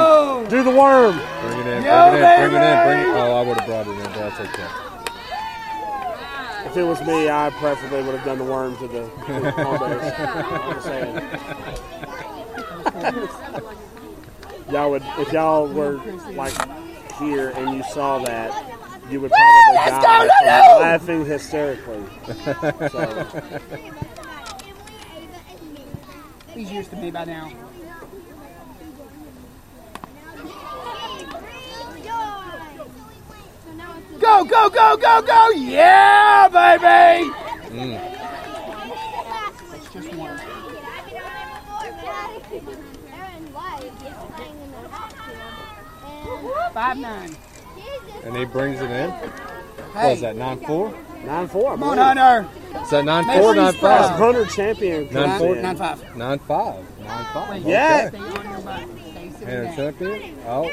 Speaker 3: Do the worm.
Speaker 6: Bring it in, bring
Speaker 2: Yo,
Speaker 6: it in, bring it in, bring
Speaker 2: baby!
Speaker 6: it. Oh, I would have brought it in, but I take that.
Speaker 3: If it was me, I preferably would have done the worm to the, to the home base. I'm just saying. y'all would, if y'all were like here and you saw that, you would probably die from laughing hysterically. So,
Speaker 2: He's used to me by now. Go, go, go, go, go! Yeah, baby!
Speaker 4: Mm.
Speaker 2: Just one. Five nine.
Speaker 6: And he brings it in. What is
Speaker 2: Hey,
Speaker 6: that, 9 4?
Speaker 3: nine four.
Speaker 2: come on, Hunter.
Speaker 6: Is that 9
Speaker 2: Make
Speaker 6: 4,
Speaker 2: these
Speaker 6: 9
Speaker 3: That's
Speaker 6: 5?
Speaker 3: hunter champion.
Speaker 6: Nine four.
Speaker 2: Nine
Speaker 3: content.
Speaker 2: five.
Speaker 6: 9 5. 9 5.
Speaker 3: Yeah.
Speaker 2: Stay on your butt. Stay sitting
Speaker 6: And
Speaker 2: down.
Speaker 6: champion. Out.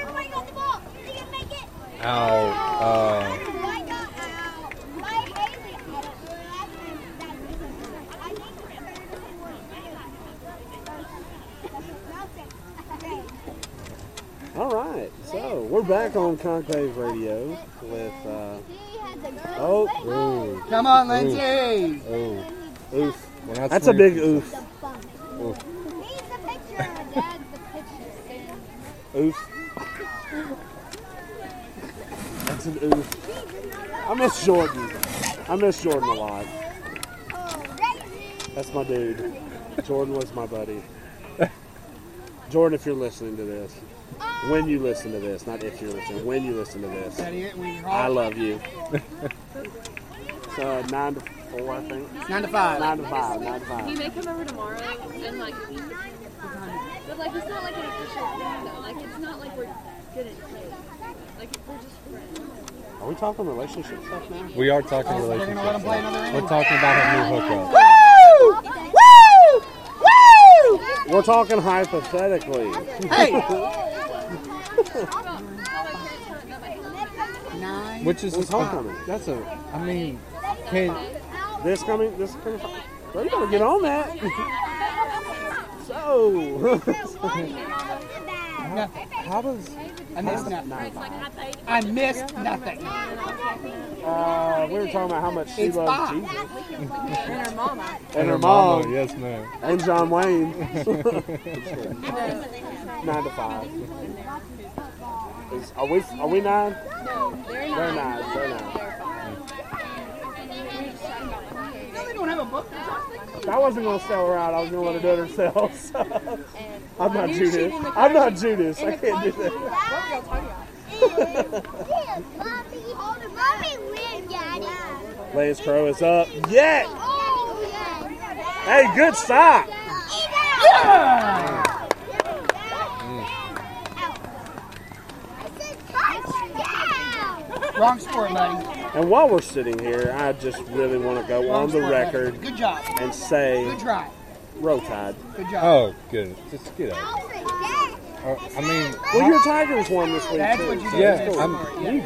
Speaker 3: Uh,
Speaker 6: Ow.
Speaker 3: All right. So we're back on Concave Radio with. Uh,
Speaker 6: Uh,
Speaker 3: oh,
Speaker 6: ooh.
Speaker 2: Come on, Lindsay.
Speaker 6: Ooh.
Speaker 3: oof.
Speaker 6: When I
Speaker 3: That's a
Speaker 6: swing-
Speaker 3: big oof. Oof. That's an oof. I miss Jordan. I miss Jordan a lot. That's my dude. Jordan was my buddy. Jordan, if you're listening to this, when you listen to this, not if you're listening, when you listen to this,
Speaker 2: That it? We
Speaker 3: I
Speaker 2: all
Speaker 3: love you. So nine to four, I think.
Speaker 2: nine to five.
Speaker 3: Nine to five. Nine to
Speaker 1: You
Speaker 3: five.
Speaker 1: may come over tomorrow and like, but like it's not like an official thing though. Like it's not like we're good at dating. Like we're just friends.
Speaker 3: Are we talking relationship stuff now?
Speaker 6: We are talking
Speaker 2: Oh, so we're gonna let him
Speaker 6: relationships.
Speaker 2: play another inning?
Speaker 6: We're talking about a new hookup.
Speaker 3: We're talking hypothetically.
Speaker 2: Hey,
Speaker 6: Which is
Speaker 3: When's homecoming?
Speaker 6: That's a. I mean, can
Speaker 3: This coming, this coming. Fri- Well, you better get on that. so,
Speaker 2: nothing.
Speaker 6: how does
Speaker 2: I missed nothing. I missed nothing.
Speaker 3: uh, we were talking about how much she
Speaker 2: It's
Speaker 3: loves
Speaker 2: five.
Speaker 3: Jesus
Speaker 1: And her mama.
Speaker 3: and, her mom
Speaker 6: Yes, ma'am.
Speaker 3: and John Wayne. nine to five. Is, are we? Are we nine?
Speaker 1: They're
Speaker 3: They're nine. They're nine.
Speaker 2: They don't have a book.
Speaker 3: I wasn't gonna sell her out. I was gonna let her do it herself. so. I'm not Judas. I'm not Judas. I can't do that. Lance Crow is up. Yet. Hey, good stop.
Speaker 2: Wrong sport, buddy.
Speaker 3: And while we're sitting here, I just really want to go
Speaker 2: Wrong
Speaker 3: on the
Speaker 2: sport, buddy.
Speaker 3: record
Speaker 2: Good job.
Speaker 3: and say
Speaker 2: Good try.
Speaker 3: roll tide.
Speaker 2: Good job.
Speaker 6: Oh, good. Just get out. Uh, I mean,
Speaker 3: Well, your Tigers won this week
Speaker 2: That's
Speaker 3: too.
Speaker 2: what you
Speaker 3: so
Speaker 2: did.
Speaker 6: Yeah,
Speaker 3: that's cool.
Speaker 6: I'm-
Speaker 2: Yeah. Swing,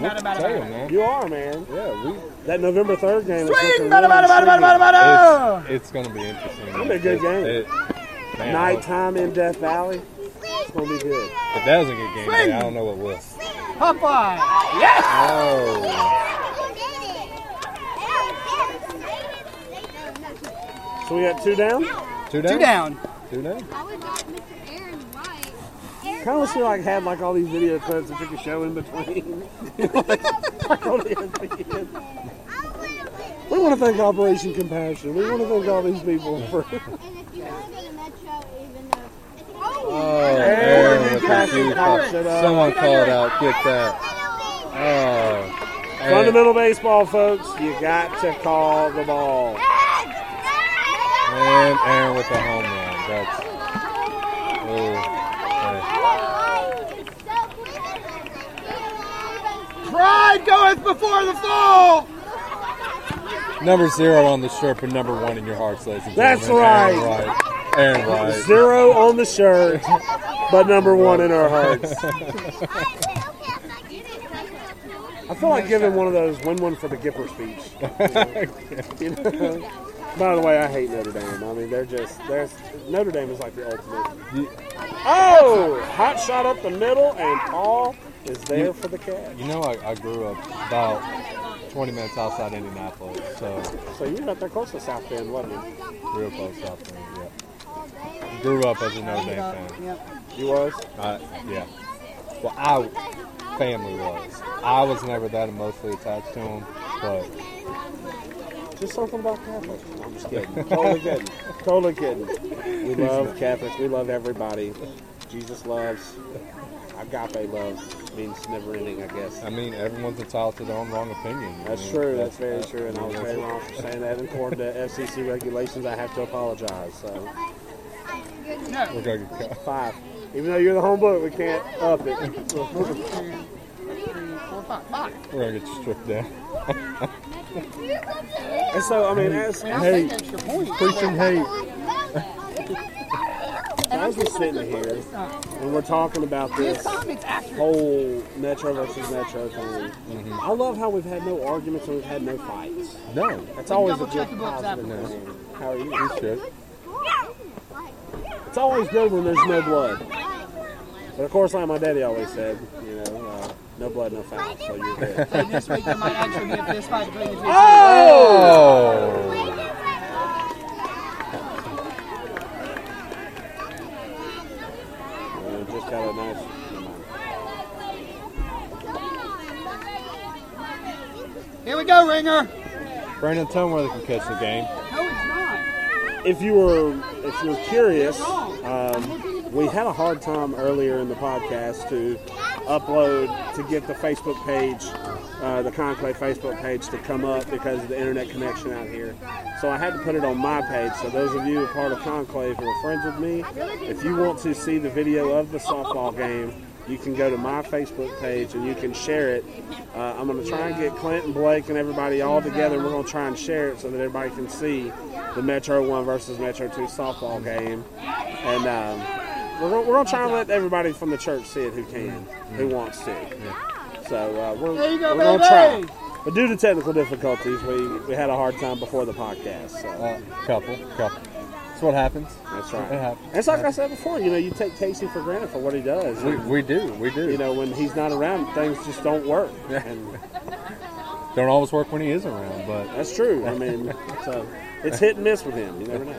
Speaker 2: bada, bada,
Speaker 6: tell you,
Speaker 2: bada.
Speaker 6: man.
Speaker 3: You are man.
Speaker 6: Yeah, we.
Speaker 3: That November third game. is
Speaker 2: Swing,
Speaker 3: looking
Speaker 2: bada, bada, bada, bada, bada,
Speaker 3: really
Speaker 2: bada.
Speaker 6: It's, it's gonna be interesting.
Speaker 3: It'll be Ah! a good
Speaker 6: It-
Speaker 3: game.
Speaker 6: It, man,
Speaker 3: Nighttime in Death Valley. It's gonna be good.
Speaker 6: If that was a good game, day, I don't know what will.
Speaker 2: Popeye.
Speaker 6: Oh,
Speaker 3: So we got two down.
Speaker 6: two down.
Speaker 2: Two down.
Speaker 6: Two down.
Speaker 3: Kind of wish we like had like all these video clips that you could show in between. like, like on ESPN. We want to thank Operation Compassion. We want to thank all these people for.
Speaker 6: Oh,
Speaker 3: Aaron
Speaker 6: Aaron with the
Speaker 3: Jackson
Speaker 6: huge
Speaker 3: pops it up.
Speaker 6: Someone called out. Get that. Oh, Aaron,
Speaker 3: Fundamental baseball, folks. You got to call the ball.
Speaker 6: and Aaron with the home run. That's oh,
Speaker 2: Pride goeth before the fall.
Speaker 6: okay. number zero on the shirt, but number one in your hearts, ladies and
Speaker 3: That's
Speaker 6: gentlemen. That's right. Aaron Wright. Aaron Wright.
Speaker 3: Zero on the shirt, but number one in our hearts. I feel like giving one of those win one for the Gipper speech. You know? By the way, I hate Notre Dame. I mean, they're just they're Notre Dame is like the ultimate. Oh, hot shot up the middle, and Paul is there for the catch.
Speaker 6: You know, I, I grew up about 20 minutes outside Indianapolis, so
Speaker 3: So you're not there close to South Bend, wasn't you?
Speaker 6: real close out there. Yeah. Grew up as a Notre Dame fan.
Speaker 3: You was.
Speaker 6: I, yeah. Well, I family was. I was never that emotionally attached to them, but
Speaker 3: Just something about Catholics. No, I'm just kidding. Totally kidding. Totally kidding. We love Catholics. We love everybody. Jesus loves. Agape loves means never ending, I guess.
Speaker 6: I mean, everyone's entitled to their own wrong opinion. I
Speaker 3: That's
Speaker 6: mean,
Speaker 3: true. That's very true. And I was
Speaker 6: mean,
Speaker 3: very wrong for saying that. And According to FCC regulations, I have to apologize. So
Speaker 6: We're gonna get cut.
Speaker 3: five. Even though you're the home book, we can't up it.
Speaker 6: We're gonna get stripped down.
Speaker 3: And so I mean, as
Speaker 2: Hey,
Speaker 3: hey,
Speaker 2: extra points.
Speaker 6: Preaching hate.
Speaker 3: I was just sitting here and we're talking about this
Speaker 2: It's accurate.
Speaker 3: whole Metro versus Metro thing. I love how we've had no arguments and we've had no fights.
Speaker 6: No.
Speaker 3: That's always a
Speaker 2: double
Speaker 3: good
Speaker 2: check the books
Speaker 3: positive
Speaker 6: afterwards.
Speaker 3: thing. How are you?
Speaker 6: Shit.
Speaker 3: It's always good when there's no blood. But of course, like my daddy always said, you know, uh, no blood, no foul. So you're good.
Speaker 2: So this week there might actually be a fist fight between the two.
Speaker 6: Oh.
Speaker 3: Uh, just got a nice. never mind.
Speaker 2: Here we go, Ringer.
Speaker 6: Brandon, tell them where they can catch the game.
Speaker 2: No, it's not.
Speaker 3: if you were if you're curious, um, we had a hard time earlier in the podcast to upload to get the Facebook page, uh, the Conclave Facebook page, to come up because of the internet connection out here. So I had to put it on my page. So those of you who are part of Conclave who are friends with me, if you want to see the video of the softball game. You can go to my Facebook page and you can share it. Uh, I'm going to try and get Clint and Blake and everybody all together. We're going to try and share it so that everybody can see the Metro 1 versus Metro 2 softball game. And um, we're, gonna- we're going to try and let everybody from the church see it who can,
Speaker 6: Mm-hmm.
Speaker 3: who wants to. So uh, we're,
Speaker 2: There you go,
Speaker 3: we're going to try.
Speaker 2: baby.
Speaker 3: But due to technical difficulties, we, we had a hard time before the podcast. So
Speaker 6: Uh, couple, couple. That's what happens.
Speaker 3: that's
Speaker 6: It
Speaker 3: right.
Speaker 6: happens.
Speaker 3: And it's like I said before, you know, you take Casey for granted for what he does.
Speaker 6: We, we do, we do.
Speaker 3: you know, when he's not around, things just don't work. And
Speaker 6: Don't always work when he is around, but
Speaker 3: that's true. I mean, so it's hit and miss with him. You never know.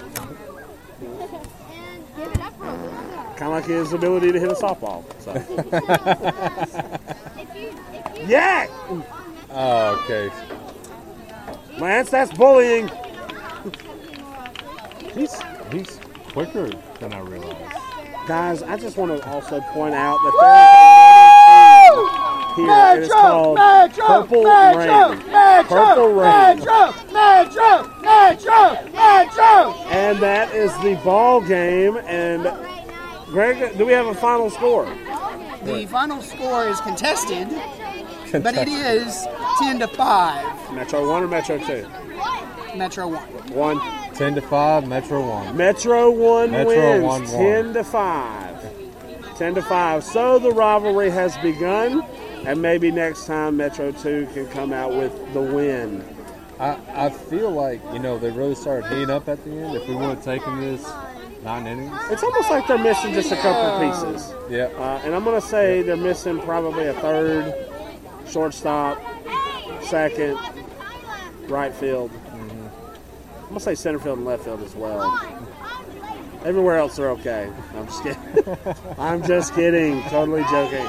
Speaker 3: Kind of like his ability to hit a softball. So. yeah, Ah,
Speaker 6: oh, okay.
Speaker 3: Lance, that's bullying.
Speaker 6: He's he's quicker than I realized.
Speaker 3: Guys, I just want to also point out that there is another team here. It is called Purple Rain. Purple Rain.
Speaker 2: Metro, Metro, Metro.
Speaker 3: And that is the ball game. And Greg, do we have a final score?
Speaker 2: The final score is contested, but it is 10 to 5,
Speaker 3: Metro 1 or Metro 2?
Speaker 2: Metro 1.
Speaker 3: 1.
Speaker 6: Ten to five, Metro one.
Speaker 3: Metro 1
Speaker 6: Metro
Speaker 3: wins
Speaker 6: won one.
Speaker 3: 10 to 5. 10 to 5. So the rivalry has begun. And maybe next time Metro 2 can come out with the win.
Speaker 6: I, I feel like you know they really started heating up at the end. If we would have taken this nine innings,
Speaker 3: It's almost like they're missing just a couple of pieces.
Speaker 6: yeah,
Speaker 3: Uh, and I'm going to say they're missing probably a third, shortstop, second, right field. I'm going to say center field and left field as well. Everywhere else they're okay. I'm just kidding. I'm just kidding. Totally joking.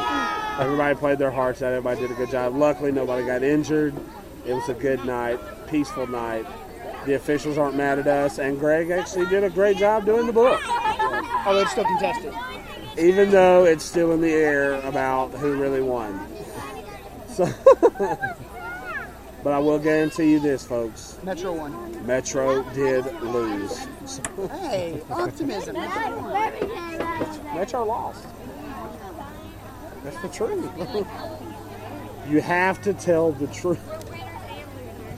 Speaker 3: Everybody played their hearts out. Everybody did a good job. Luckily, nobody got injured. It was a good night, peaceful night. The officials aren't mad at us, and Greg actually did a great job doing the book
Speaker 2: Oh, it's still contested.
Speaker 3: even though it's still in the air about who really won. So, But I will guarantee you this, folks.
Speaker 2: Metro one.
Speaker 3: Metro did lose.
Speaker 2: Hey, optimism. Metro won.
Speaker 3: Metro lost. That's the truth. you have to tell the truth.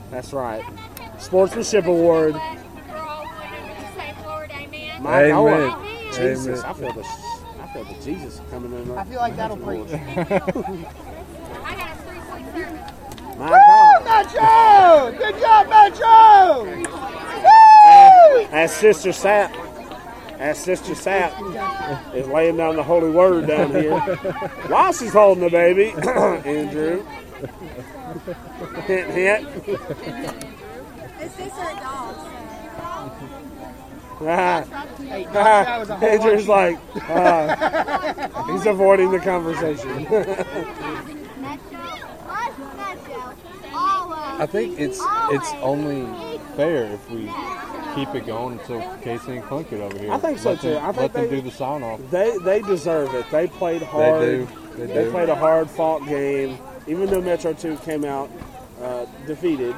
Speaker 3: That's right. Sportsmanship Award.
Speaker 4: We're all going to say Florida, amen.
Speaker 3: My
Speaker 6: Amen.
Speaker 3: God. Jesus,
Speaker 6: Amen.
Speaker 3: I feel the, I feel the Jesus coming in.
Speaker 2: I feel like that'll preach.
Speaker 4: I got a three-point service.
Speaker 3: My God.
Speaker 2: Metro! Good job, Metro!
Speaker 3: As Sister Sap, as Sister Sap is laying down the holy word down here, while she's holding the baby, Andrew. hint, hint.
Speaker 4: This is her dog.
Speaker 3: Ah,
Speaker 2: Hey, God, that was a
Speaker 3: ah,
Speaker 2: whole lot
Speaker 3: Andrew's
Speaker 2: of-
Speaker 3: like, ah, he's avoiding the conversation.
Speaker 6: I think it's it's only fair if we keep it going until Casey and Clink get over here.
Speaker 3: I think so,
Speaker 6: Let
Speaker 3: too.
Speaker 6: them-
Speaker 3: I think
Speaker 6: let them
Speaker 3: they-
Speaker 6: do the sign off.
Speaker 3: They they deserve it. They played hard.
Speaker 6: They do. They
Speaker 3: They
Speaker 6: do.
Speaker 3: played a hard fought game. Even though Metro 2 came out uh, defeated,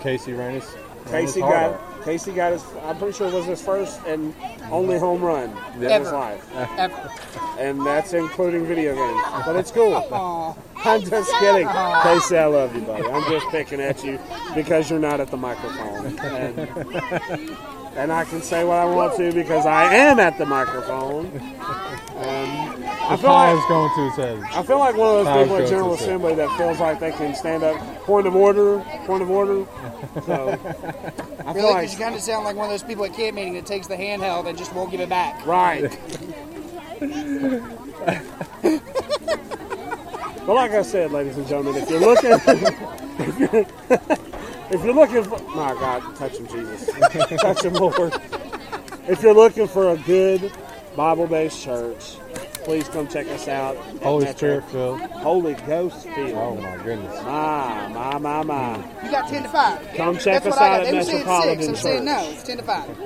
Speaker 6: Casey ran his. ran his
Speaker 3: Casey
Speaker 6: heart
Speaker 3: got
Speaker 6: out.
Speaker 3: Casey got his. I'm pretty sure it was his first and only home run in his
Speaker 2: Ever.
Speaker 3: life,
Speaker 2: Ever.
Speaker 3: and that's including video games. But it's cool.
Speaker 2: Aw.
Speaker 3: I'm just kidding, Casey. I love you, buddy. I'm just picking at you because you're not at the microphone, and, and I can say what I want to because I am at the microphone. Um, I
Speaker 6: His pie is going to his head.
Speaker 3: I feel like one of those
Speaker 6: Five
Speaker 3: people at
Speaker 6: shots,
Speaker 3: General
Speaker 6: that's it.
Speaker 3: Assembly that feels like they can stand up. Point of order. Point of order. So I feel
Speaker 2: Really?
Speaker 3: like
Speaker 2: Because you kind of sound like one of those people at kid meeting that takes the handheld and just won't give it back.
Speaker 3: right. but like I said, ladies and gentlemen, if you're looking, if you're, if you're looking for my God, touch him, Jesus, touch him, Lord. If you're looking for a good Bible-based church, please come check us out. at
Speaker 6: Holy
Speaker 3: Metro.
Speaker 6: Spirit filled.
Speaker 3: Holy Ghost Field.
Speaker 6: Oh my goodness.
Speaker 3: My, my, my, my.
Speaker 2: You got 10 to 5.
Speaker 3: Come check
Speaker 2: That's
Speaker 3: us
Speaker 2: what I
Speaker 3: out
Speaker 2: got.
Speaker 3: at
Speaker 2: They were saying 6.
Speaker 3: Metropolitan
Speaker 2: I'm saying no.
Speaker 3: Church.
Speaker 2: It's 10 to 5.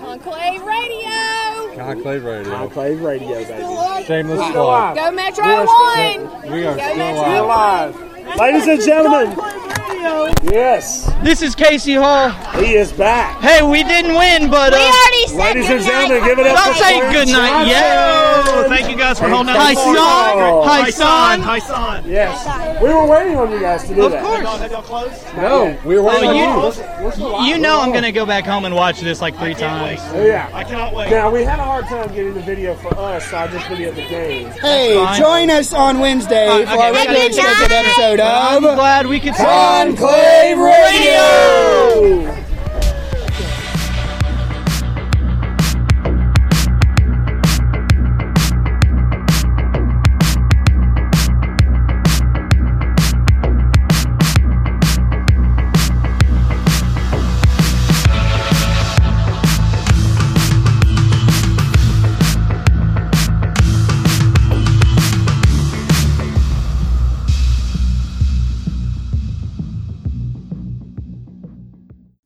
Speaker 4: Conclave Radio.
Speaker 6: Conclave Radio.
Speaker 3: Conclave Radio, baby.
Speaker 6: Shameless
Speaker 3: We're
Speaker 6: plug.
Speaker 4: Go Metro
Speaker 3: We are still-
Speaker 4: One.
Speaker 6: We are
Speaker 4: Go
Speaker 6: still
Speaker 3: We're
Speaker 6: out.
Speaker 4: Metro.
Speaker 3: live. Ladies and gentlemen. Yes,
Speaker 9: This is Casey Hall.
Speaker 3: he is back.
Speaker 9: Hey, we didn't win, but
Speaker 4: We
Speaker 9: uh,
Speaker 4: already said
Speaker 3: Ladies and
Speaker 4: goodnight.
Speaker 3: gentlemen, give it up
Speaker 9: don't
Speaker 3: for
Speaker 9: say
Speaker 3: Clarence
Speaker 9: good night
Speaker 3: Johnson.
Speaker 9: yet.
Speaker 10: Thank you guys for
Speaker 3: And
Speaker 10: holding out.
Speaker 9: Hi,
Speaker 3: Kate Farnall.
Speaker 9: son. Hi, son.
Speaker 10: Hi, son.
Speaker 3: Yes, we were waiting on you guys to do that.
Speaker 10: Have y'all closed?
Speaker 6: No, we were waiting
Speaker 9: Oh,
Speaker 6: on
Speaker 9: you-
Speaker 6: you.
Speaker 9: You know I'm gonna go back home and watch this like three times.
Speaker 3: Yeah.
Speaker 10: cannot wait.
Speaker 3: Now we had a hard time getting the video for us, so I just videoed the game.
Speaker 2: Hey,
Speaker 9: fine. Uh,
Speaker 2: join us on Wednesday for our
Speaker 9: okay.
Speaker 2: regularly
Speaker 9: Good
Speaker 2: scheduled episode
Speaker 9: I'm
Speaker 2: of
Speaker 9: glad we could.
Speaker 2: Conclave Radio.
Speaker 9: Oh.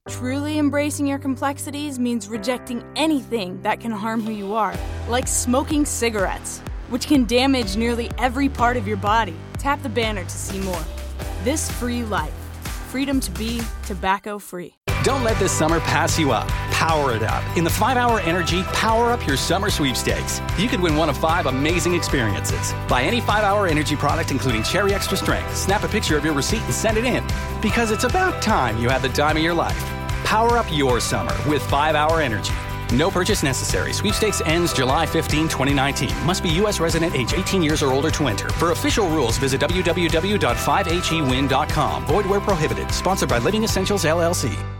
Speaker 5: Truly embracing your complexities means rejecting anything that can harm who you are, like smoking cigarettes, which can damage nearly every part of your body. Tap the banner to see more. This free life. Freedom to be tobacco free.
Speaker 10: Don't let this summer pass you up. Power it up. In the 5 Hour Energy, power up your summer sweepstakes. You could win one of five amazing experiences. Buy any 5 Hour Energy product, including Cherry Extra Strength. Snap a picture of your receipt and send it in. Because it's about time you had the time of your life. Power up your summer with 5 Hour Energy. No purchase necessary. Sweepstakes ends July 15, 2019. Must be U.S. resident age 18 years or older to enter. For official rules, visit E www.5hewin.com. Void where prohibited. Sponsored by Living Essentials, LLC.